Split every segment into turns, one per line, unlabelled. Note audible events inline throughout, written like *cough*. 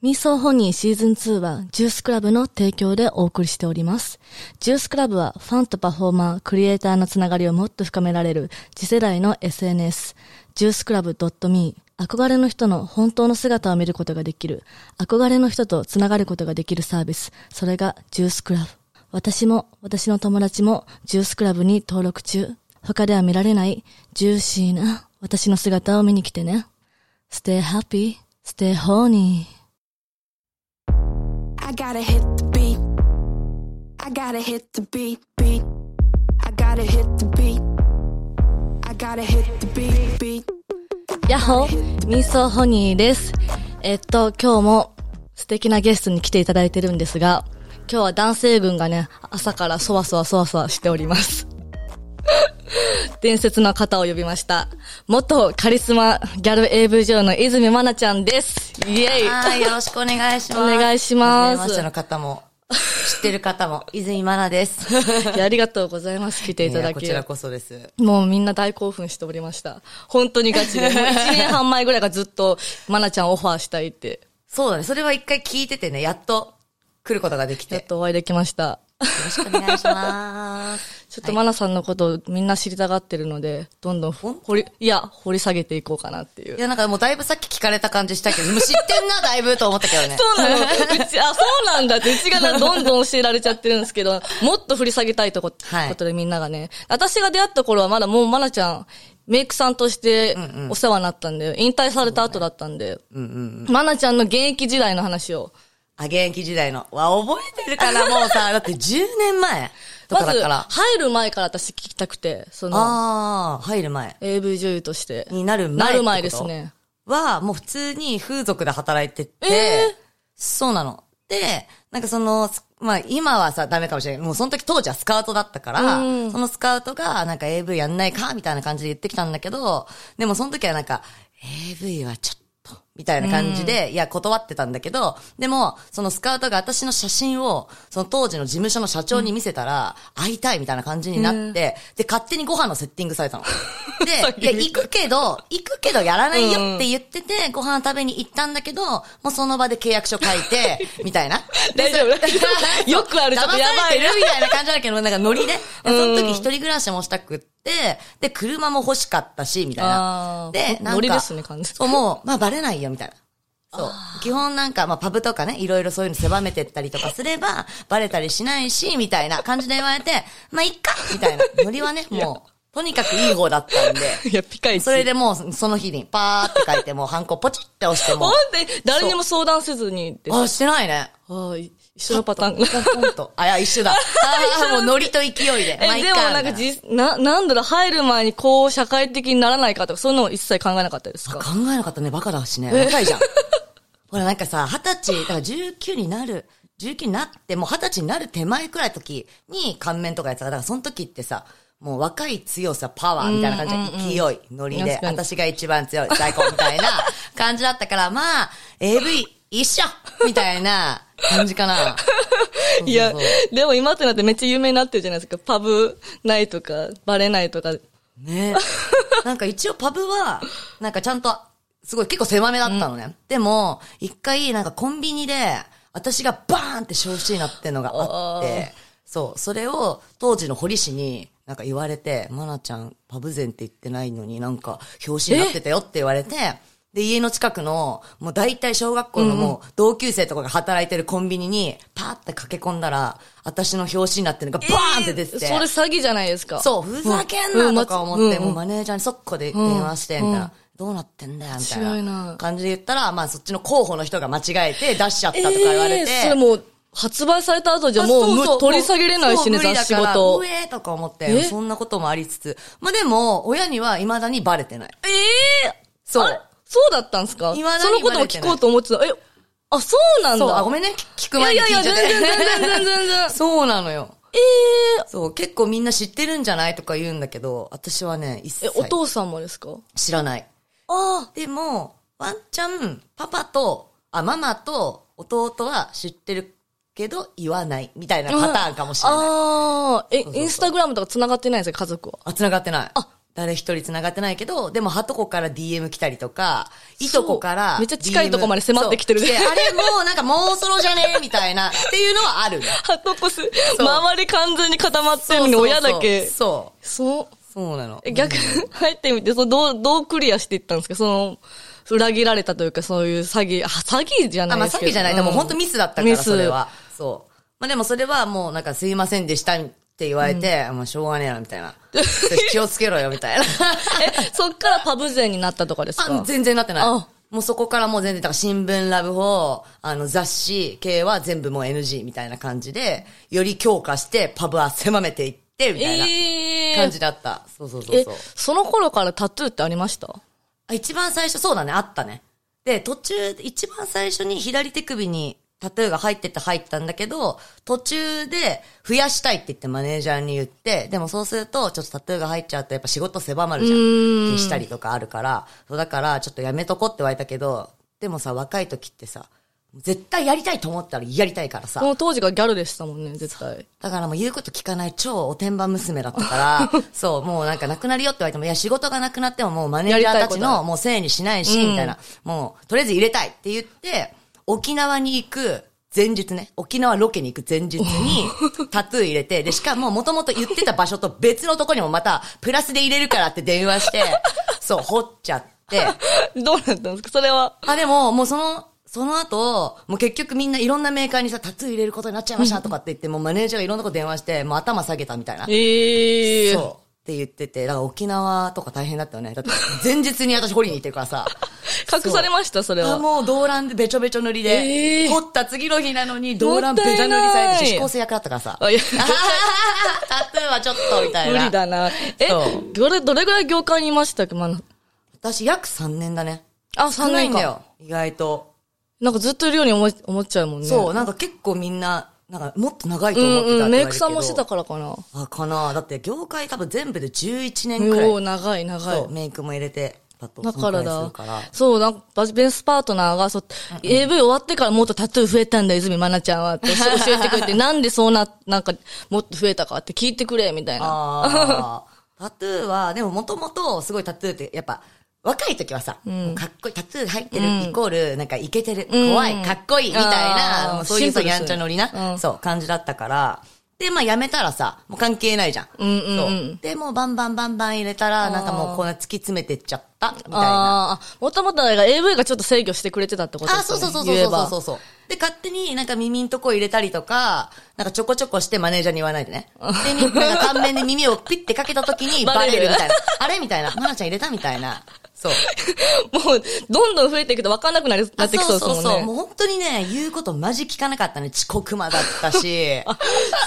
ミーソーホニーシーズン2はジュースクラブの提供でお送りしております。ジュースクラブはファンとパフォーマー、クリエイターのつながりをもっと深められる次世代の SNS、ジュースクラブ .me、憧れの人の本当の姿を見ることができる、憧れの人とつながることができるサービス、それがジュースクラブ。私も、私の友達もジュースクラブに登録中。他では見られないジューシーな私の姿を見に来てね。Stay happy, stay horny.
I gotta hit the beat. I gotta hit the beat, beat. I gotta hit the beat. I gotta hit the beat, beat.
やっほーミソホニーです。えっと、今日も素敵なゲストに来ていただいてるんですが、今日は男性軍がね、朝からそわそわそわそわしております。 *laughs* 伝説の方を呼びました。元カリスマギャル AV 女優の泉まなちゃんです。イエイ
はい、よろしくお願いします。
お願いします
初めましての方も、知ってる方も、 *laughs* 泉まなです。
いやありがとうございます。来ていた
いや
だ
こ
き。
ちらこそです。
もうみんな大興奮しておりました。本当にガチで。もう1年半前ぐらいからずっと、まなちゃんオファーしたいって、
そうだね、それは一回聞いててね、やっと来ることができて。
や
よ
っとお会いできました。
ろしくお願いします。
ちょっとマナさんのことをみんな知りたがってるので、どんどん
ほん
掘り、いや、掘り下げていこうかなっていう
い。や、なんかもうだいぶさっき聞かれた感じしたけど、もう知ってんな、だいぶと思ったけど *laughs* ね。
そうなのう
*laughs*
ち、あ、そうなんだって、うちがなどんどん教えられちゃってるんですけど、もっと振り下げたいとこ、
はい
ことでみんながね。私が出会った頃はまだもうマナちゃん、メイクさんとしてお世話になったんで、引退された後だったんで、マナちゃんの現役時代の話を、
あ、現役時代の。わ、覚えてるからもうさ、だって10年前とか
ま
だ
ず、
から。
入る前から私聞きたくて、その、
ああ、入る前。
AV 女優として。
になる前
なる前
って
で
こ
す
と
ね。
は、もう普通に風俗で働いてて、
え
そうなの。で、なんかその、すまあ今はさ、ダメかもしれない。もうその時当時はスカウトだったから、
うん
そのスカウトがなんか AV やんないかみたいな感じで言ってきたんだけど、でもその時はなんか、AV はちょっと、みたいな感じで、いや、断ってたんだけど、でも、そのスカウトが私の写真を、その当時の事務所の社長に見せたら、会いたいみたいな感じになって、で、勝手にご飯のセッティングさ
*laughs*
れたの。で、いや、行くけど、行くけどやらないよって言ってて、ご飯食べに行ったんだけど、もうその場で契約書書い
*laughs*
て、みたいな。 *laughs* で
大丈夫よくあるちょっ
騙
と
さ
やば
れ
い
て
ね
るみたいな感じだけど、なんか
*laughs*
ノリで。でその時一人暮らしもしたくって、で、車も欲しかったし、みたい
あ
な
ー。
で、なんか。
ノリですね完全に
そう、もう、まあバレないよ、みたいな。そう。基本なんか、まあパブとかね、いろいろそういうの狭めてったりとかすれば、バレたりしないし、みたいな感じで言われて、まあいっかみたいな。ノリはね、もう、とにかくいい方だったんで。
*laughs* いや、ピカイチ。
それでもう、その日にパーって書いて、もうハンコポチって押しても
ほ、
う
*laughs*
ん
で、誰にも相談せずにです。
あ、してないね。
ああ、い一緒のパターン。
ほんと。あ、いや、一
*laughs*
緒だ。あーもうノリと勢いで。
え、
毎回
でもなん
みたい
かじ、な、なんだろう、入る前にこう社会的にならないかとか、そういうのを一切考えなかったです
あ
か
考えなかったね、バカだしね。若いじゃん。 *laughs* ほら、なんかさ、二十歳、だから19になる、19になって、もう二十歳になる手前くらいの時に、顔面とかやってたから、だからその時ってさ、もう若い強さ、パワーみたいな感じで、勢い、ノリで
確、かに
私が一番強い、最高みたい
*laughs*
な感じだったから、まあ、AV 一緒みたいな感じかな。
いや
そうそうそ、
でも今ってなってめっちゃ有名になってるじゃないですか。パブないとか、バレないとか。
う *laughs* ねなんか一応パブは、なんかちゃんと、すごい結構狭めだったのね。でも、一回なんかコンビニで、私がバーンって焼死になってんのがあって、そう、それを当時の堀市に、なんか言われて、マナちゃん、パブ前って言ってないのになんか、表紙になってたよって言われて、で、家の近くの、もう大体小学校のもう、同級生とかが働いてるコンビニに、パーって駆け込んだら、私の表紙になってるのがバーンって出てて。
それ詐欺じゃないですか。
そう、ふざけんなとか思って、
うん
もうマネージャーに速攻で電話して、みたいな。どうなってんだよ、みた
強い
い
な
な感じで言ったら、まあそっちの候補の人が間違えて出しちゃった
え
とか言われて。
ーそれもう、発売された後じゃ
あ
も
そうそ
む取り下げれないしね、
もう無理だ
雑誌
から
ごと
う。えーとか思っ
え
て、そんなこともありつつ。まあでも、親には未だにバレてない。
ええ
そう
あれそうだったんですかそ
未だにバレ
の
て
こと
な
も
い
聞こうと思ってた。え、あ、そうなん
そう、
だ。
あ、ごめんね、聞聞く
いや
前
い
に聞
や
い
い
ち
や、
ゃって。
全然全然全然 *laughs* 全
*laughs*
然。
そうなのよ。
ええ
そう、結構みんな知ってるんじゃないとか言うんだけど、私はね、一
え、
切
お父さんもですか
知らない。
ああ。
でも、ワンチャン、パパと、あ、ママと弟は知ってるけど、言わない、みたいなパターンかもしれない。
ああ。え、
うそう
インスタグラムとか繋がってないんですか、家族は。
あ、繋がってない。
あ、
誰一人繋がってないけど、でも、はとこから DM 来たりとか、いとこから、
そうめっちゃ近いとこまで迫ってきてるね
ね。そう来あれもうなんかもうそろじゃねえみたいな、っていうのはある
*laughs*
ね。
ハトコス、
う
周り完全に固まってるのに親だけ。
そ
そう。
うそう。そうなの。
え逆、入ってみて、そのどう、どうクリアしていったんですかその、裏切られたというか、そういう詐欺、あ、詐欺じゃ
あ、
ない
まあ、
です
詐
けど。
欺じゃない。でも
うん
本当ミスだったか
ミ
ら、
ス
それは。そう。まあでもそれはもうなんかすいませんでしたって言われて、もうしょうがねえな、みたいな。 *laughs* 気をつけろよ、みた
*laughs*
いな。
え、そっからパブ勢になったとかです
あ
か
全然なってない。
あ
もうそこからもう全然、だから新聞、ラブホあの雑誌系は全部もう NG みたいな感じで、より強化してパブは狭めていって、みたいな
ええ
感じだった。そうそうそう
え
そう。、
その頃からタトゥーってありました
あ一番最初、そうだね、あったね。で、途中、一番最初に左手首にタトゥーが入ってて入ったんだけど、途中で増やしたいって言ってマネージャーに言って、でもそうすると、ちょっとタトゥーが入っちゃうとやっぱ仕事狭まるじゃん。消したりとかあるから、そうだからちょっとやめとこって言われたけど、でもさ、若い時ってさ、絶対やりたいと思ったらやりたいからさ
こ、の当時がギャルでしたもんね、絶
*laughs*
対。
だからもう言うこと聞かない超おてんば娘だった
*laughs*
から、そう、もうなんかなくなるよって言われても、いや仕事がなくなってももうマネージャーたち
やりたいことは
のもうせいにしないし、みたいな、もうとりあえず入れたいって言って、沖縄に行く前日ね、沖縄ロケに行く前日
*laughs*
にタトゥー入れて、で、しかももともと言ってた場所と別のとこにもまたプラスで入れるからって電話して、そう、掘っちゃって、
どうなったんですかそれは。
あ、でも、もうその、その後、もう結局みんないろんなメーカーにさ、タトゥー入れることになっちゃいましたとかって言って、もうマネージャーがいろんなとこ電話して、もう頭下げたみたいな。
ええ
そう。って言ってて、だから沖縄とか大変だったよね。だって前日に私掘りに行ってるからさ。
隠されました、それ
あ
は。
もう動乱でべちょべちょ塗り
え
で、
ー
掘った次の日なのに動乱
も
べ
っ
ち
た
ゃ
い
塗り
ない
されて女子高生役だったからさ。
あいや
タトゥーはちょっとみたい
無
な。
理だな。え
そ、
どれ、どれぐらい業界にいましたっけまあ
私約3年だね。
あ、3
少ない
年
んだ
間。
よ。意外と。
なんかずっといるように思い思っちゃうもんね。
そうう、。なんか結構みんな、なんかもっと長いと思ってたっ
ん
て
うん、
言われるけど
メイクさんもしてたからかな。
あ、かなだって業界多分全部で11年くらい。
もう長い長
そう、
い。
メイクも入れて、だと。
だからだ
そんくらいするから。
そう、なんか、ベースパートナーが、そう、AV 終わってからもっとタトゥー増えたんだ、泉まなちゃんは
*laughs*
って教えてくれて、なんでそうな、なんか、もっと増えたかって聞いてくれ、みたいな。
あ
*laughs*
ータトゥーは、でももともとすごいタトゥーって、やっぱ、若い時はさ、かっこいい、タトゥー入ってるイコール、なんかイケてる、怖い、かっこいい、みたい
あー
な、もうそういう
シンプ
さ、
ルです
やんちゃ乗りな、
うん
そう、感じだったから、で、まあ、やめたらさ、もう関係ないじゃん。
うんうんう
そう。で、もうバンバンバンバン入れたら、なんかもうこんな突き詰めてっちゃった、みたいな。
ああ、もともとだから AV がちょっと制御してくれてたってことです
あ、
よ
そう
ね。
そうそうそう
言え
そう
ば
そうそう。で、勝手になんか耳んとこ入れたりとか、なんかちょこちょこしてマネージャーに言わない
*laughs*
でね。で、みなんか顔面で耳をピッてかけた時に
バ
バ
レる
レるみたいな。あれみたいな。マナちゃん入れたみたいな。そう。
もう、どんどん増えていくと分かんなくなりなってきそうですもんね。
そうそうそう。もう本当にね、言うことマジ聞かなかったね。遅刻魔だっ
*laughs*
たし。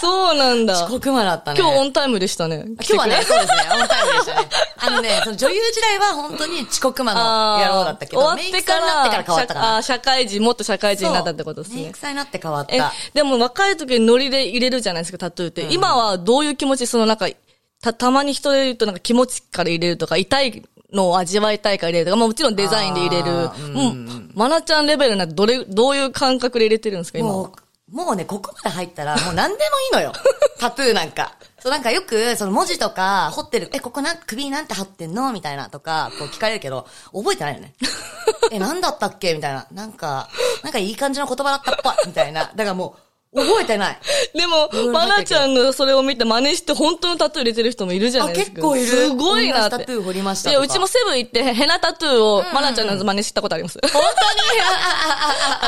そうなんだ。
遅刻魔だったね。
今日オンタイムでしたね。今
今日はね、そうですね、オンタイムでしたね。あのね、その女優時代は本当に遅刻魔の野郎だったけど、
終わってから、
メイクさんになってから変わったから。
社あー社会人、もっと社会人になったってことです
そうメイ
ね
ク。さんになって変わっ
え
た。、
でも若い時にノリで入れるじゃないですか、タトゥーって。今はどういう気持ち、そのなんか、た、たまに人で言うとなんか気持ちから入れるとか、痛いのを味わいたいから入れるとか、まあもちろんデザインで入れる。
あ
もう、マナちゃんレベルなんてどれ、どういう感覚で入れてるんですか、今は。
もう、もうね、ここまで入ったら、もう何でも
*laughs*
いいのよ。タトゥーなんか。そう、なんかよく、その文字とか、彫ってる、え、ここなん、首になんて貼ってんのみたいな、とか、こう聞かれるけど、覚えてないよね。
*laughs*
え、なんだったっけみたいな。なんか、なんかいい感じの言葉だったっぽい。みたいな。だからもう、覚え
*laughs*
てない。
でも、
うん
マナちゃんのそれを見て真似して本当のタトゥー入れてる人もいるじゃないですか。
あ結構いる
すごいなって。
こんなタトゥー彫りました
い
と
や、
か
うちもセブン行って、ヘナタトゥーをマナちゃんのやつ真似したことあります。
本 当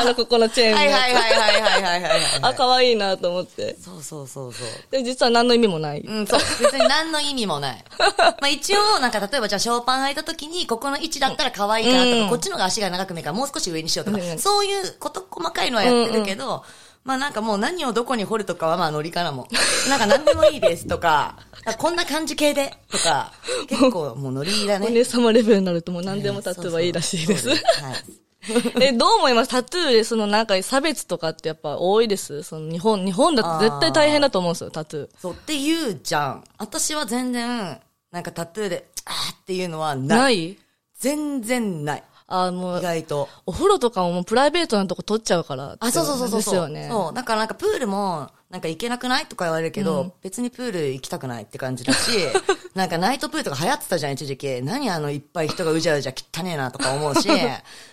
*laughs* あの、ここのチェーン
に
の
*laughs*
や
はい
つ。
はいはいはいはいはいはいは
あ、
い。
可愛いなと思って。
そうそうそうそう。
で、実は何の意味もない。
うん、そう。別に何の意味もない。 *laughs* まあ一応、なんか例えばじゃあショーパン履いた時に、ここの位置だったら可愛いかなとか、
うん
こっちの方が足が長く見えるからもう少し上にしようとか、
うん
そういうこと細かいのはやってるけど、まあなんかもう何をどこに掘るとかはまあノリからも。なんか何でもいいですとか、 *laughs* なんかこんな感じ系でとか、結構もうノリだ
お
ね。
姉様レベルになるともう何でもタトゥーはいいらしいです
そう。そうはい。
*laughs* え、どう思いますタトゥーでそのなんか差別とかってやっぱ多いです。その日本、日本だと絶対大変だと思うんですよ、タトゥー。
そうって言うじゃん。私は全然、なんかタトゥーで、あーっていうのはない。
ない
全然ない。
あの
意、外と。
お風呂とかももうプライベートなとこ取っちゃうから。
あ、そうそうそうそう。
ですよね。
そう。だからなんかプールも、なんか行けなくないとか言われるけど、別にプール行きたくないって感じ
*laughs*
だし、なんかナイトプールとか流行ってたじゃん、一時期。何あの、いっぱい人がうじゃうじゃ汚ねえなとか思う
*laughs*
し、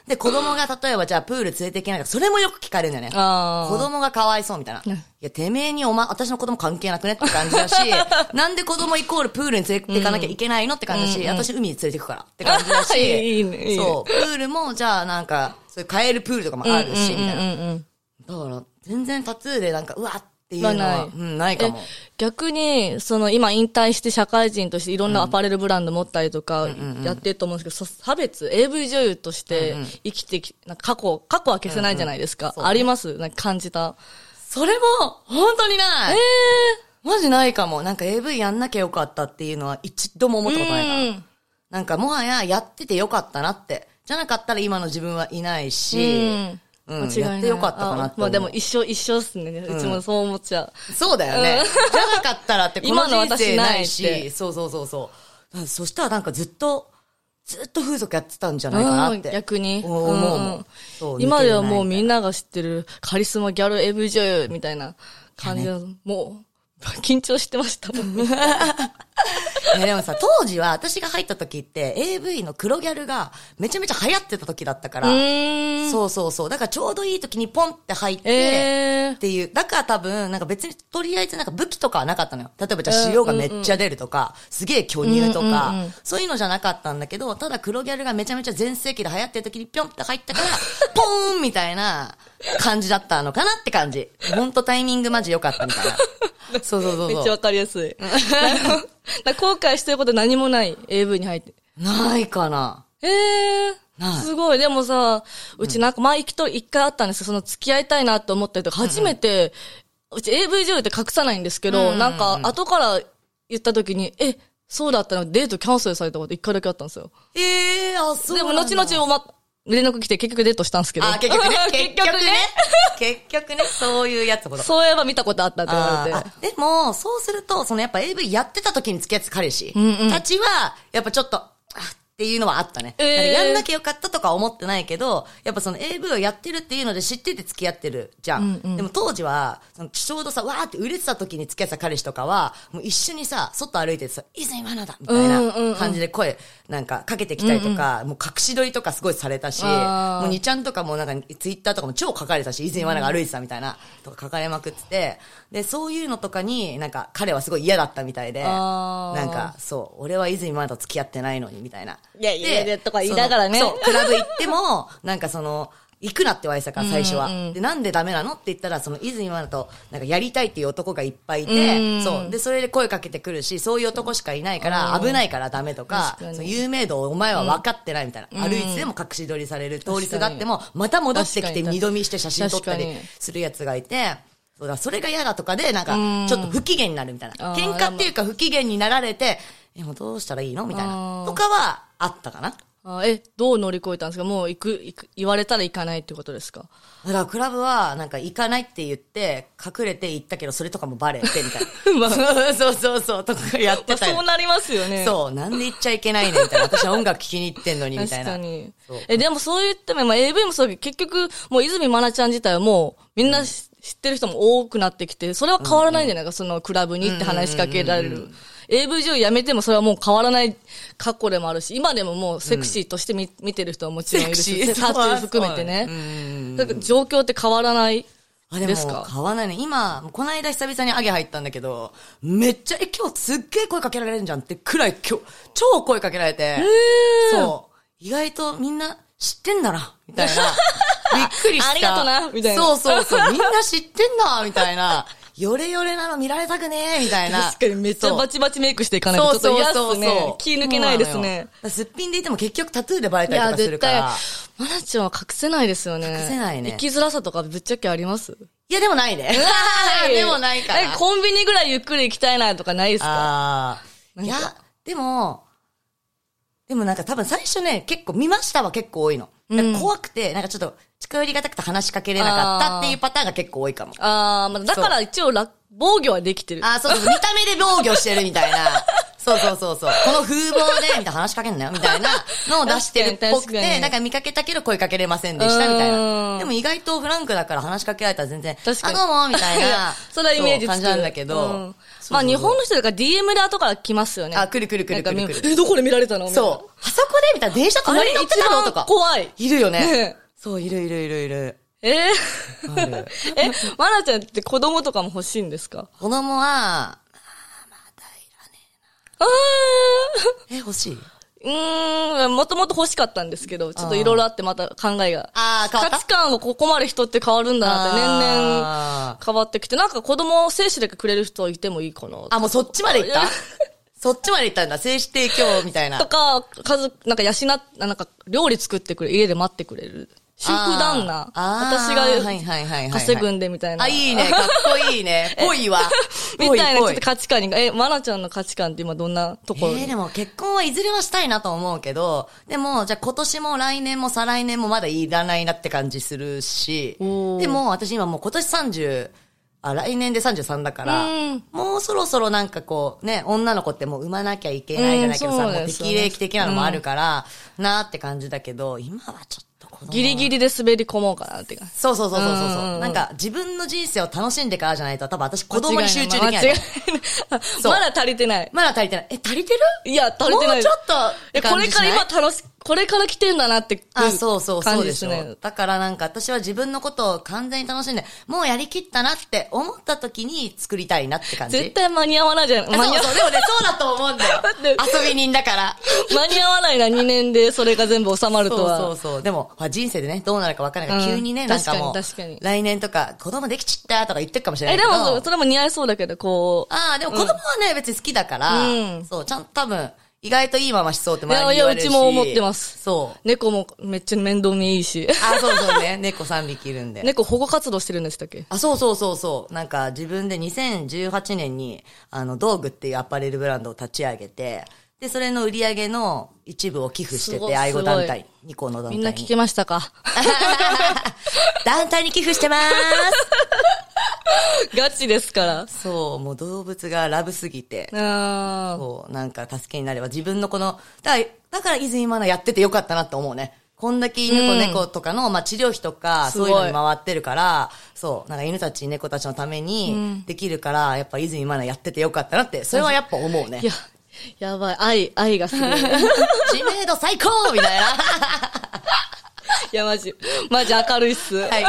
で、子供が例えばじゃあプール連れて行けないとか、それもよく聞かれるんだよね。
あー
子供がかわいそうみたいな。いや、てめえにおま、私の子供関係なくねって感じだし、
*laughs*
なんで子供イコールプールに連れて行かなきゃいけないのって感じだし、私海に連れて行くからって感じだ
*laughs*
し、
いいねいいね
そう、プールもじゃあなんか、そういうカエルプールとかもあるし、みたいな。
うんうんうん
だから、全然タトゥーでなんか、うわっていうのは、
はない
うん、ないかも
え。逆に、その今引退して社会人としていろんなアパレルブランド持ったりとかやってると思うんですけど、そ差別、AV 女優として生きてき、なんか過去、過去は消せないじゃないですか。ありますなんか感じた。
それも、本当にない。ええマジないかも。なんか AV やんなきゃよかったっていうのは一度も思ったことないから。
うん
なんかもはややっててよかったなって。じゃなかったら今の自分はいないし、う
間違い
ん、
ない
やってよかったかなって思う
あまあでも一生一生っすね。うちもそう思っちゃう。
そうだよね。じゃなかったらってこの
今の
人
私
生
ない
ないし、
って
そうそうそうそう。うんそしたらなんかずっと、ずっと風俗やってたんじゃないかなっ
う
て。
ん逆に。
思うもん
んん
そう
今ではもう
似てるね
みんなが知ってるカリスマギャル AV 女優みたいな感じの、もう *laughs* 緊張してましたも *laughs* ん。
いやでもさ、当時は私が入った時って AV の黒ギャルがめちゃめちゃ流行ってた時だったから、
ーん
そうそうそう。だからちょうどいい時にポンって入って、
え
っていう。だから多分、なんか別にとりあえずなんか武器とかはなかったのよ。例えばじゃあ塩がめっちゃ出るとか、すげえ巨乳とか、そういうのじゃなかったんだけど、ただ黒ギャルがめちゃめちゃ全盛期で流行ってる時にピョンって入ったから、 *laughs* ポーンみたいな感じだったのかなって感じ。ほんとタイミングマジ良かったみ
*laughs*
たいな。そうそうそ
ー、
う
めっちゃ
そう
わ。かりやすい。な *laughs* な後悔してること何もない AV に入って。
ないかな。
ええ
ない
すごい。でもさ、うちなんか前行きと一回あったんですよ。その付き合いたいなと思ったりとか、初めて、うち AV 女優って隠さないんですけど、なんか後から言った時に、え、そうだったのデートキャンセルされたこと一回だけあったんですよ。
ええあ、そう
で
な
も
んだ。
後々おま、連絡来て結局デートしたんですけど。。
あ、結局ね
*laughs* 結
結
局
局
ね
ね。結局ね、そういうやつのこと。
そういえば見たことあったって言われて
あ。ーあでも、そうすると、そのやっぱ AV やってた時に付き合ってた彼氏たちは、やっぱちょっと、あっていうのはあったね。
えー
なんかやんなきゃよかったとか思ってないけど、やっぱその AV をやってるっていうので知ってて付き合ってるじゃん。でも当時は、そのちょうどさ、わーって売れてた時に付き合ってた彼氏とかは、もう一緒にさ、外歩いててさ、泉花だみたいな感じで声なんかかけてきたりとか、もう隠し撮りとかすごいされたし、もう
あー
2ちゃんとかもなんかツイッターとかも超書かれてたし、以前はなんか歩いてたみたいな、とか書かれまくってて、で、そういうのとかになんか彼はすごい嫌だったみたいで、
あー
なんかそう、俺は以前まだ付き合ってないのにみたいな。
いやいや
で
いやとか言いながらね
そのそう、クラブ行っても、なんかその、行くなって言われてたから、最初は。で、なんでダメなのって言ったら、その、泉今だと、なんかやりたいっていう男がいっぱいいて、そう。で、それで声かけてくるし、そういう男しかいないから、危ないからダメとか、
確かに
その有名度をお前は分かってないみたいな。歩いてでも隠し撮りされる、通りすがっても、また戻ってき
確か
て
に
二度見して写真撮った
確
り
かに
するやつがいて、そうだ、それが嫌だとかで、なんか、ちょっと不機嫌になるみたいな。
あー
喧嘩っていうか不機嫌になられて、え、もうどうしたらいいのみたいな。とかは、あったかな。
あえ、どう乗り越えたんですかもう行く、行く、言われたら行かないってことです
*laughs*
か
だからクラブは、なんか行かないって言って、隠れて行ったけど、それとかもバレて、
*laughs*
みたいな。そうそうそう、とかやって
まあ
たよ
そうなりますよね。
そう、なんで行っちゃいけないね、みたいな。私は音楽聴きに行ってんのに、み
確
たいな。
かに
そう。
え、でもそう言っても、まあ、AV もそうだけど、結局、もう泉まなちゃん自体はもう、みんなし知ってる人も多くなってきて、それは変わらないんじゃないか、そのクラブにって話しかけられる。AV 女優やめてもそれはもう変わらない過去でもあるし、今でももうセクシーとして見,、見てる人はもちろんいる
セ
し、
クシー
タトゥー含めて
そう
ね。だから状況って変わらない
あ、で
です
も、
か
買わないね。今、この間久々にアゲ入ったんだけど、めっちゃ、え、今日すっげえ声かけられるじゃんってくらい、今日、超声かけられて。そう。意外とみんな知ってんだな、みたいな。びっくりし
*laughs*
た。
ありがとなみたいな
そうそうそう。みんな知ってんだ、みたいな。ヨレヨレなの見られたくねえ、みたいな。
確かにめっちゃ
そう
バチバチメイクしていかないと、ちょっと嫌っすね。気抜けないです
そうなのよ
ね
だ。からすっぴんでいても結局タトゥーでバレ
い
たりと
や、
かす
絶
るか
対
ら。、
まなちゃんは隠せないですよね。
隠せないね
生きづらさとかぶっちゃけあります
いや、でもないね。 *laughs* でもないから。
えコンビニぐらいゆっくり行きたいなとかないですか
ああ。いや、でも、でもなんか多分最初ね、結構見ましたは結構多いの。なんか怖くて、なんかちょっと近寄りがたくて話しかけれなかったっていうパターンが結構多いかも。
ああ、まあだから一応ら、防御はできてる。
ああ、そうそう、見た目で防御してるみたいな。 *laughs* そうそうそうそう。この風貌で、みたいな話しかけんなよ、みたいなのを出してるっぽく
確かに確か
て、
に
なんか見かけたけど声かけれませんでした、みたいうな。
ん
でも意外とフランクだから話しかけられたら全然、
確かに
あ、どうも、みたい
*laughs*
な。
それはイメージつく
そう感じなんだけど。
うん
そうそうそう
まあ日本の人だから DM で後から来ますよね。
あ来る来る来る
なん
来る
かみんな
来る
え、どこで見られたの
そう。あそこで、みたいな。電車
あれ
隣に乗ってたのと
一番
か。
怖い。
いるよ
ね
ね。そう、いるいるいるいる。
えー、
ある
*laughs* え、まなちゃんって子供とかも欲しいんですか
子供は、
あ
え、欲しい
ーうーん、もともと欲しかったんですけど、ちょっといろいろあってまた考えが。
あー変わった
価値観がここまで人って変わるんだなって年々
あ
変わってきて、なんか子供を精子でくれる人いてもいいかな。
ーあ、もうそっちまで行った
いや
そっちまで行ったんだ。精子提供みたいな
と。か、家族、なんか養っ、なんか料理作ってくれ、家で待ってくれる。主婦旦那。
あー
私
あーはいはいはいはいは
が
い
稼ぐんでみたいな。
*laughs* あ、いいね。かっこいい *laughs* ね。ぽいわ。
みたいなちょっ
ぽい
と
ぽい
価値観に、え、まなちゃんの価値観って今どんなところ
えー、
に
でも結婚はいずれはしたいなと思うけど、でも、じゃあ今年も来年も再来年もまだいらないなって感じするし、
おー
でも私今もう今年30、あ、来年で33だから
うん、
もうそろそろなんかこう、ね、女の子ってもう産まなきゃいけないじゃないけどさ、
うん
も
そう
う
です
適
よね
齢期的なのもあるから、なーって感じだけど、今はちょっと子供
ギリギリで滑り込もうかなって感じ。
そうそうそうそうそうそう
うんうんうん
なんか自分の人生を楽しんでからじゃないと多分私子供に集中できな
間
い
違い *laughs* ない
そう
まだ足りてない。
まだ足りてない。え、足りてる
いや、足りてない。
もうちょっと
え、これから今楽し、これから来てんだなって
あ、そうそう、
感
そう
じ
で
で
し
す
ょ。
ね。
だからなんか私は自分のことを完全に楽しんで、もうやりきったなって思った時に作りたいなって感じ。
絶対間に合わないじゃん。
あ
間に合
そう
わ
*laughs* そう、でもね、そうだと思う
*laughs*
んだよ
って。
遊び人だから。
間に合わないな、2年でそれが全部収まる
そう
とは。
そうそう。でも、まあ、人生でね、どうなるか分からないから、
うん
急にね、なんかもう
確かに確かに
来年とか、子供できちったとか言ってるかもしれな
え、
い
で
けど。
も、それも似合いそうだけど、こう。
ああ、でも子供はね、別に好きだから、
うん
そう、ちゃんと多分、意外といいまましそうって前に
いやいや
言われるし
うちも思ってます
そう。
猫もめっちゃ面倒見いいし。
あ、そうそうね。猫3匹いる
*laughs*
んで。
猫保護活動してるんでしたっけ
あ、そうそうそうそう。なんか自分で2018年に、あの、道具っていうアパレルブランドを立ち上げて、で、それの売り上げの一部を寄付して
すごい
て、愛護団
すごい
体、2個の団体
み
に。
んな聞きましたか
*laughs*
*laughs*
団体に寄付してまー
ガチですから。
すそう、もう動物がラブすぎて、
あー
そう、なんか助けになれば自分のこの、だから、だから泉マナやっててよかったなって思うね。こんだけ犬
う
と
ん
猫とかの、まあ、治療費とか、
すご
そ
いう
いうのに回ってるから、そう、なんか犬たち、猫たちのためにできるから、やっぱ泉マナやっててよかったなって、それはやっぱ思うね
い。や、やばい。愛、愛がす
*laughs*
ごい。い
知名度最高み
*laughs*
たいな。
や、マジ。マジ明るいっす。
はい。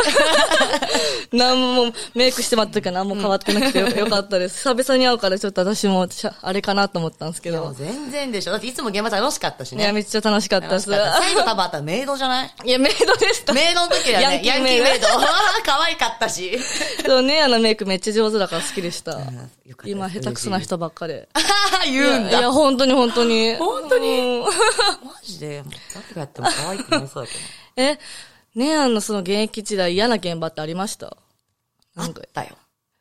*laughs* なんも、メイクしてもらったから何も変わってなく
*laughs*
てよ,、かったです。久々に会うからちょっと私もしゃ、あれかなと思ったんですけ
いやもう
ど。
全然でしょ。だっていつも現場楽しかったし
いや、
ね。
めっちゃ楽しかったで
楽
す。
し
い
かった
や、
最後多分あったメイドじゃない
メイドでした。
メイドの時は
ヤ
ね、ヤ
ン
ン
キ
キ
ー
ー
メ
メ
イ
イ
ド
ド。 *laughs* 可愛かったし。
そうね、あのメイクめっちゃ上手だから好きでした。
よかった
今、下手くそな人ばっかで。
*laughs* 言うん
いや、
だ。
本当に本当に。
本当に
うん
マジで、誰がやっても可愛いって言いそうだけど。
え、ねえ、あの、その現役時代嫌な現場ってありましたなんか、
だよ。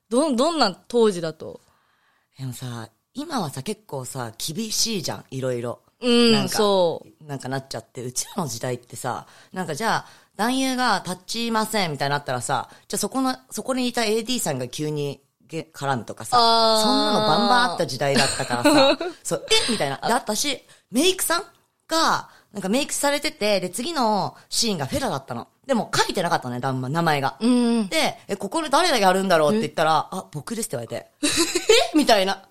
どん、どんな当時だと。
*laughs* でもさ、今はさ、結構さ、厳しいじゃん、いろいろ。
うん
なんか。
そう
なんかなっちゃって、うちらの時代ってさ、なんかじゃあ、男優が立ちませんみたいになったらさ、じゃあそこの、そこにいた AD さんが急にげ絡むとかさ、そん
あー
なのバンバンあった時代だったから *laughs* さ、そう、えみたいな。で、私、メイクさんが、なんかメイクされてて、で、次のシーンがフェラだったの。でも書いてなかったのね、だんま名前が。
うん。
で、え、ここで誰だやるんだろうって言ったら、あ、僕ですって言われて、えみたいな。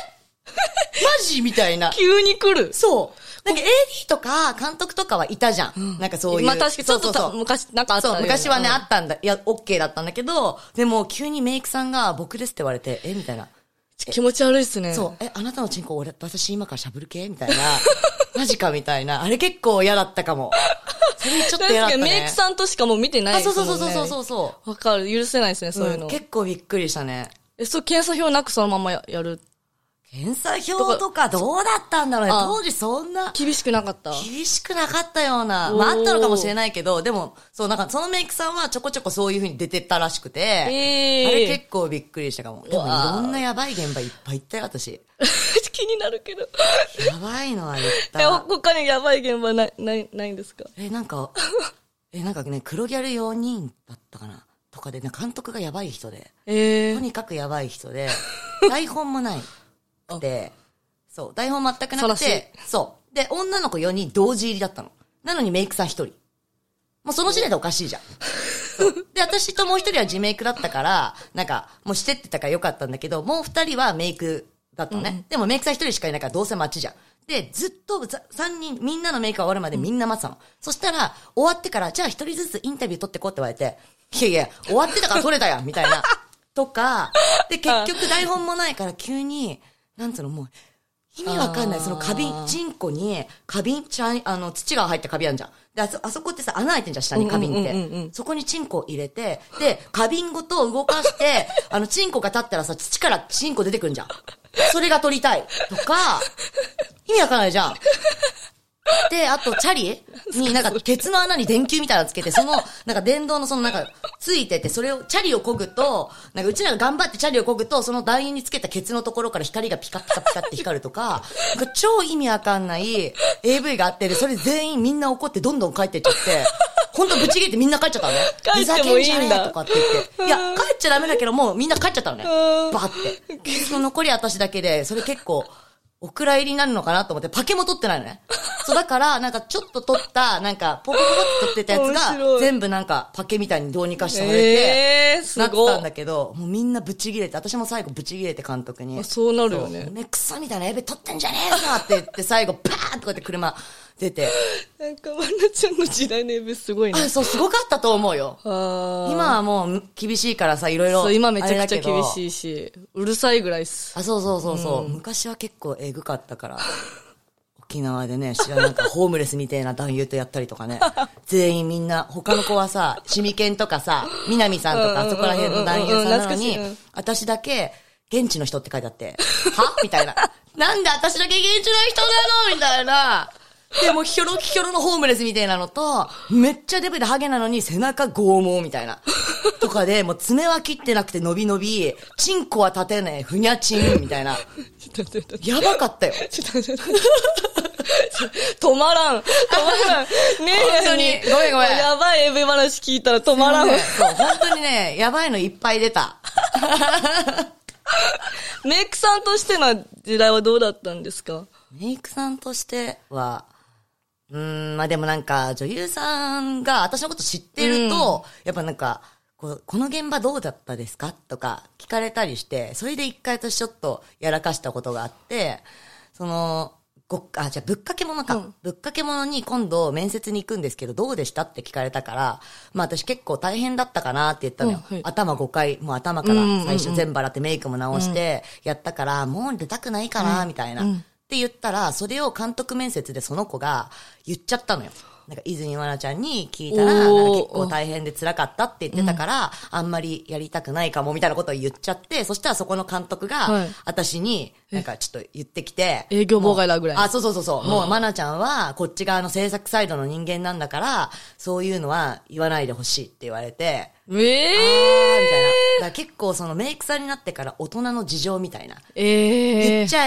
えマジみたいな。
急に来る。
そう。なんか AD とか監督とかはいたじゃん。なんかそういう。
まあ確かに、ちょっ
そ
と
うそう
た
そう
昔、なんかあったよ
そう、昔はね、
うん
あったんだ。いや、OK だったんだけど、でも急にメイクさんが僕ですって言われて、えみたいな。
気持ち悪いっすね。
そう、え、あなたのチンコ俺、私今からしゃぶる系みたいな。 *laughs* マジかみたいな。あれ結構嫌だったかも。それちょっと
確
嫌だっ
か
た
に
ね。
メイクさんとしかもう見てない
あ、
です
そ
も、
うん
ね。。
そうそうそうそうそう
わかる。許せないですね、
う。
そういう
う
の
ん。結構びっくりしたね。
え、そう、検査票なくそのままややる。
検査表とかどうだったんだろうね。
あ
当時そんな
厳しくなかった。
厳しくなかったような。
おー
まああったのかもしれないけど、でも、そう、なんかそのメイクさんはちょこちょこそういう風に出てったらしくて、
えー
あれ結構びっくりしたかも。でもい
わー
ろんなやばい現場いっぱい行ったよ、私。
気になるけど。
やばいのは言っ
*laughs* え、
た。
他にやばい現場ない、ない、ないんですか
え、なんか、え、なんかね、黒ギャル4人だったかなとかで、なんか監督がやばい人で。
ええ *laughs*
とにかくやばい人で、台本もないくて、そう、台本全くなく、
そらして
そう。で、女の子4人同時入りだったの。なのにメイクさん1人。もうその時点でおかしいじゃん。そうで、私ともう1人は自メイクだったから、なんか、もうしてってたからよかったんだけど、もう2人はメイクだったのね。でもメイクさん1人しかいないからどうせ待ちじゃん。で、ずっとざ3人、みんなのメイクが終わるまでみんな待ってたの。そしたら、終わってから、じゃあ1人ずつインタビュー取ってこうって言われて、いやいや、終わってたから取れたやん、みたいな。とか、で、結局台本もないから急に、なんつうの、もう、意味わかんない。
あー
その花瓶、人工に、花瓶、ちゃん、あの、土が入った花瓶あんじゃん。で、あそ、あそこってさ、穴開いてんじゃん、下に花瓶って。
うんうんうんうん
そこにチンコ入れて、で、花瓶ごと動かして、 *laughs* あの、チンコが立ったらさ、土からチンコ出てくんじゃん。それが取りたい。とか、意味わかんないじゃん。で、あと、チャリに、なんか、鉄の穴に電球みたいなのつけて、その、なんか、電動のその、なんか、ついてて、それを、チャリをこぐと、なんか、うちらが頑張ってチャリをこぐと、その団員につけたケツのところから光がピカピカピカって光るとか、なんか超意味わかんない AV があって、で、それ全員みんな怒ってどんどん帰ってっちゃって、ほんとぶち切れてみんな帰っちゃったのね。
帰ってもいいんだ
ふざけじゃねえとかって言って。いや、帰っちゃダメだけど、もうみんな帰っちゃったのね。バーって。その残り私だけで、それ結構、お蔵入りになるのかなと思って、パケも取ってないのね。そうだから、なんかちょっと取った、なんか、ポコポコって取ってたやつ
面白
が、
い
全部なんか、パケみたいにどうにかしてもらえて、
えー、
な
す
ってた
ご
ん
い
だ。けど、もうみんなブチギレて、私も最後ブチギレて監督に。
あそうなるよね
そうおめえクソみたいなエベ取ってんじゃねえぞって言って、最後、パーンとこうやって車
*laughs*
出て。
なんか、ワンナちゃんの時代の AV すごいね。
あ、そう、すごかったと思うよ。
*laughs* あー
今はもう厳しいからさ、いろいろ。
そう、今めちゃくちゃ厳
い。
しいし、うるさいぐらいっす。
あ、そうそうそうそう、昔は結構えぐかったから。沖縄でね、知らんなんかホームレスみたいな男優とやったりとかね。 *laughs* 全員みんな、他の子はさ、シミケンとかさ、南さん
う
と
んうんうんうん
か、そこら辺の男優さんな
うん
のに
懐かしいうん、
私だけ、現地の人って書いてあって、はみたいな。なんで私だけ現地の人なのみたいな。でも、ひょろひょろのホームレスみたいなのと、めっちゃデブでハゲなのに背中剛毛みたいな。とかで、もう爪は切ってなくて伸び伸び、チンコは立てない、ふにゃちんみたいな。
ちょっと待って
やばかったよ。
ちょっと待ってちょっと待って止まら
*laughs*
ん。止まらん。ねえ、
本当にごめんごめん
やばい AV 話聞いたら止まらん。
ねそう、本当にね、やばいのいっぱい出た。
メイクさんとしての時代はどうだったんですか
メイクさんとしては、うーん、まあでもなんか、女優さんが私のこと知ってると、やっぱなんか、こうこの現場どうだったですかとか聞かれたりして、それで一回私ちょっとやらかしたことがあって、その、ごっあ、じゃあぶっかけ物か。ぶっかけ物に今度面接に行くんですけど、どうでしたって聞かれたから、まあ私結構大変だったかなって言ったのよ。
うんはい
頭5回、もう頭から最初全部洗ってメイクも直して、やったから、もう出たくないかな、みたいな。って言ったら、それを監督面接でその子が言っちゃったのよ。なんか、泉愛菜ちゃんに聞いたら、なんか
おー
結構大変で辛かったって言ってたから、あんまりやりたくないかも、みたいなことを言っちゃって、そしたらそこの監督
は
が
い、
私に、なんかちょっと言ってきて、
営業妨害だぐらい
もうあ、そうそうそうそう。もう、まなちゃんは、こっち側の制作サイドの人間なんだから、そういうのは言わないでほしいって言われて、
え
あーみたいな。
え
だから結構そのメイクさんになってから大人の事情みたいな。
え
言っ
え
ちゃ、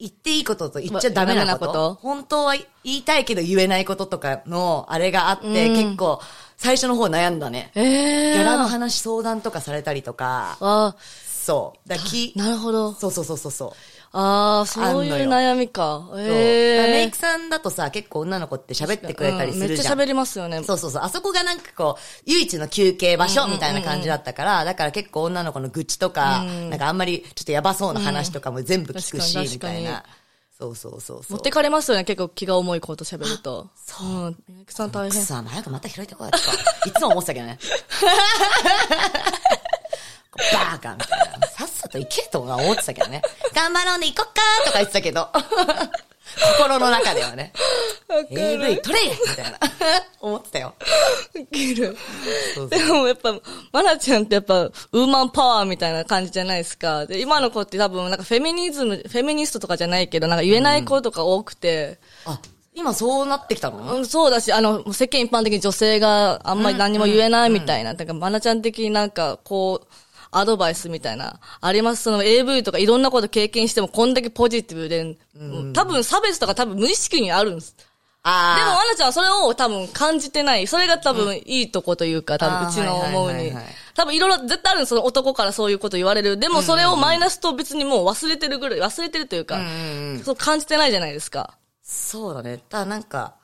言っていいことと言っちゃダメなこと。
まダメなこと
本当は言いたいけど言えないこととかのあれがあって、結構最初の方悩んだね。
え
ギャラの
え
話相談とかされたりとか、
あ、
そう。だからき
なるほど。
そうそうそうそうそう。
ああ、そう
あんの
いう
よ
悩みか。
そうだからメ
え
イ
え
クさんだとさ、結構女の子って喋ってくれたりするじゃ
う
ん。
んめっちゃ喋りますよね。
そうそうそう。あそこがなんかこう、唯一の休憩場所みたいな感じだったから、だから結構女の子の愚痴とか、なんかあんまりちょっとやばそうな話とかも全部聞くし、
うん
み
確か
た
に確か
い
に
な。そうそうそうそ
持
う
っ。てかれますよね、結構気が重い子と喋ると。そう。メイクさん大
く
変。
そ、早くまた開いてこいとか、い *laughs* つも思ってたけどね。バーカみたいな。さっさと行けとか思ってたけどね。頑張ろうね、行こっかとか言ってたけど。 *laughs* 心の中ではね。
わか
AV 取れみたいな。思ってたよ。
ウケる。
そうそ
でもやっぱ、マナちゃんってやっぱ、ウーマンパワーみたいな感じじゃないですか。で、今の子って多分、なんかフェミニズム、フェミニストとかじゃないけど、なんか言えない子とか多くて、
あ、今そうなってきたの
うんそうだし、あの、世間一般的に女性があんまり何も言えないみたいな、なんかマナちゃん的になんか、こう、アドバイスみたいな、あります。その AV とかいろんなこと経験しても、こんだけポジティブで、多分差別とか多分無意識にあるんです。
あー
でも、わなちゃんはそれを多分感じてない。それが多分いいとこというか、多
あ
分
ー
うちの思う
はいはい
に
はいはい。
多分いろいろ絶対あるんですその男からそういうこと言われる。でもそれをマイナスと別にもう忘れてるぐらい、忘れてるというか、
うんうん
そう感じてないじゃないですか。
そうだね。ただなんか、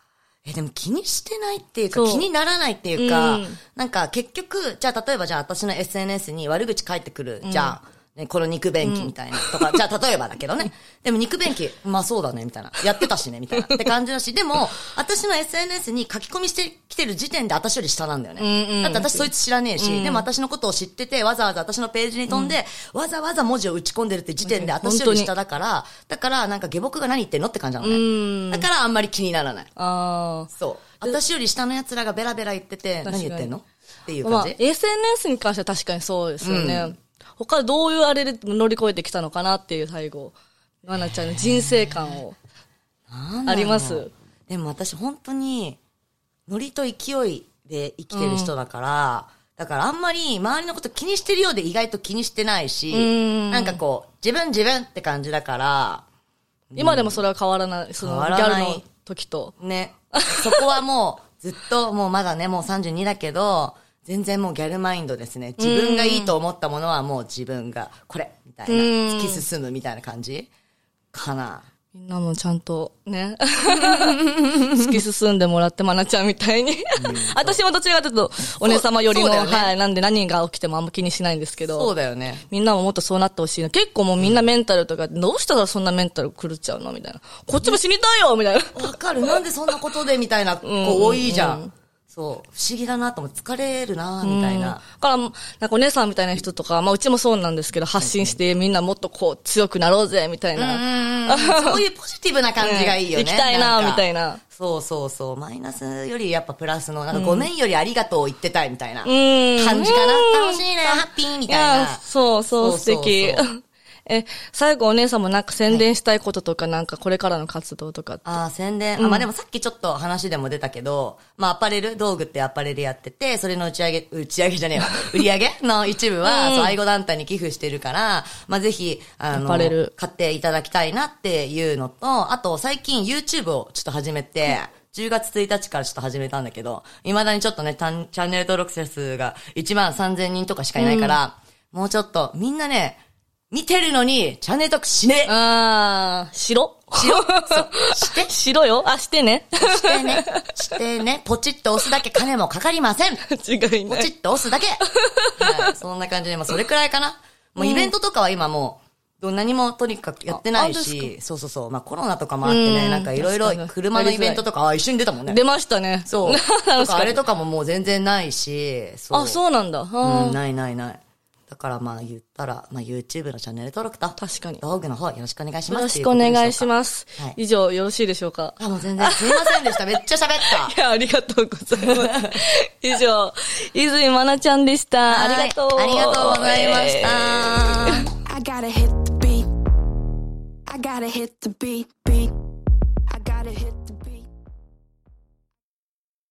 え、でも気にしてないっていうか、
そう
気にならないっていうか、
うん
なんか結局、じゃあ例えばじゃあ私の SNS に悪口書いてくる、じゃあ、ね、この肉便器みたいなとか、じゃあ例えばだけど
*laughs*
ね。でも肉便器、まあそうだね、みたいな。やってたしね、みたいな。って感じだし、でも、私の SNS に書き込みしてきてる時点で私より下なんだよね。
うんうん
だって私そいつ知らねえし、でも私のことを知ってて、わざわざ私のページに飛んで、わざわざ文字を打ち込んでるって時点で私より下だから、だからなんか下僕が何言ってんのって感じなのね。だからあんまり気にならない。
ああ。
そう。私より下の奴らがベラベラ言ってて、
確か
何
に
言ってんのっていう
ま
感
あ
じ。、
SNS に関しては確かにそうですよね。他どういうあれで乗り越えてきたのかなっていう最後。わなちゃんの人生観を。
なんだろう
あります。
でも私本当に、ノリと勢いで生きてる人だから、だからあんまり周りのこと気にしてるようで意外と気にしてないし、
ん
なんかこう、自分自分って感じだから、
今でもそれは変わらない。そのギ
変わ
ャ
ら
ル
ない
の時と。
ね。そこはもう、ずっと、もうまだね、もう32だけど、全然もうギャルマインドですね。自分がいいと思ったものはもう自分が、これみたいな、
うん
突き進むみたいな感じかな。
みんなもちゃんと
*laughs*
ね、突き進んでもらって、まなちゃんみたいに。私もどちらかというと、お姉様よりも、
そうだよね
はい、なんで何が起きてもあんま気にしないんですけ
そ
ど
う、だよね。
みんなももっとそうなってほしいな。結構もうみんなメンタルとか、どうしたらそんなメンタル狂っちゃうのみたいな。こっちも死にたいよみたいな。
わかる。なんでそんなことでみたいな子多いじゃん。そう。不思議だなと思って、疲れるなみたいな。
だから、なんかお姉さんみたいな人とか、まあうちもそうなんですけど、発信してみんなもっとこう強くなろうぜ、みたいな。
そういうポジティブな感じがいいよね。
うん行きたいなん
か
みたいな。
そうそうそう。マイナスよりやっぱプラスの、なんかごめんよりありがとう言ってたいみたいな感
うん
じか
うん
な。楽しいね、ハッピーみ
い
たい
や
な。
そうそう、素
そうそう
敵 *laughs*
そ。
え、最後お姉さんもなんか宣伝したいこととか、なんかこれからの活動とかって。
ああ、宣伝。あまあでもさっきちょっと話でも出たけど、まあアパレル、道具ってアパレルやってて、それの打ち上げ、打ち上げ
*laughs*
じゃねえわ。売り上げの一部は、そう、愛護団体に寄付してるから、まあぜひ、あの、
アパレル
買っていただきたいなっていうのと、あと最近 YouTube をちょっと始めて、10月1日からちょっと始めたんだけど、未だにちょっとね、タンチャンネル登録者数が1万3000人とかしかいないから、もうちょっと、みんなね、見てるのに、チャンネル登録しねえ
あー、しろ *laughs*
しろそうして
しろよあ、してね。 *laughs*
してね。してね。ポチッと押すだけ金もかかりません。
違い
ポ
な
チ
い。
ッと押すだけ。はい、そんな感じで、まあそれくらいかな。もうイベントとかは今もう、どんなにもとにかくやってない
ああそう
し、そうそうそう。まあコロナとかもあってね、
うん
なんかいろいろ
確かに
車のイベントとか、あ、一緒に出たもんね
出。ましたね。
そう。と
*laughs* 確
かあ
か
れ
に。
とかももう全然ないし、そう。
あ、そうなんだ。あー
うん、ないないない。だからまあ言ったら、まあ YouTube のチャンネル登録と、
確かに
道具の方よろしくお願いし
よ
ます。
ろしくお願いし
す。
ます
はい。
以上、よろしいでしょうか。 *laughs*
あ、もう全然すいませんでした。めっちゃ喋った。
いや、ありがとうございます。以上、泉まなちゃんでした。ありがとう。
はいありがとうございました。
I gotta hit the beat. I gotta hit the beat, beat.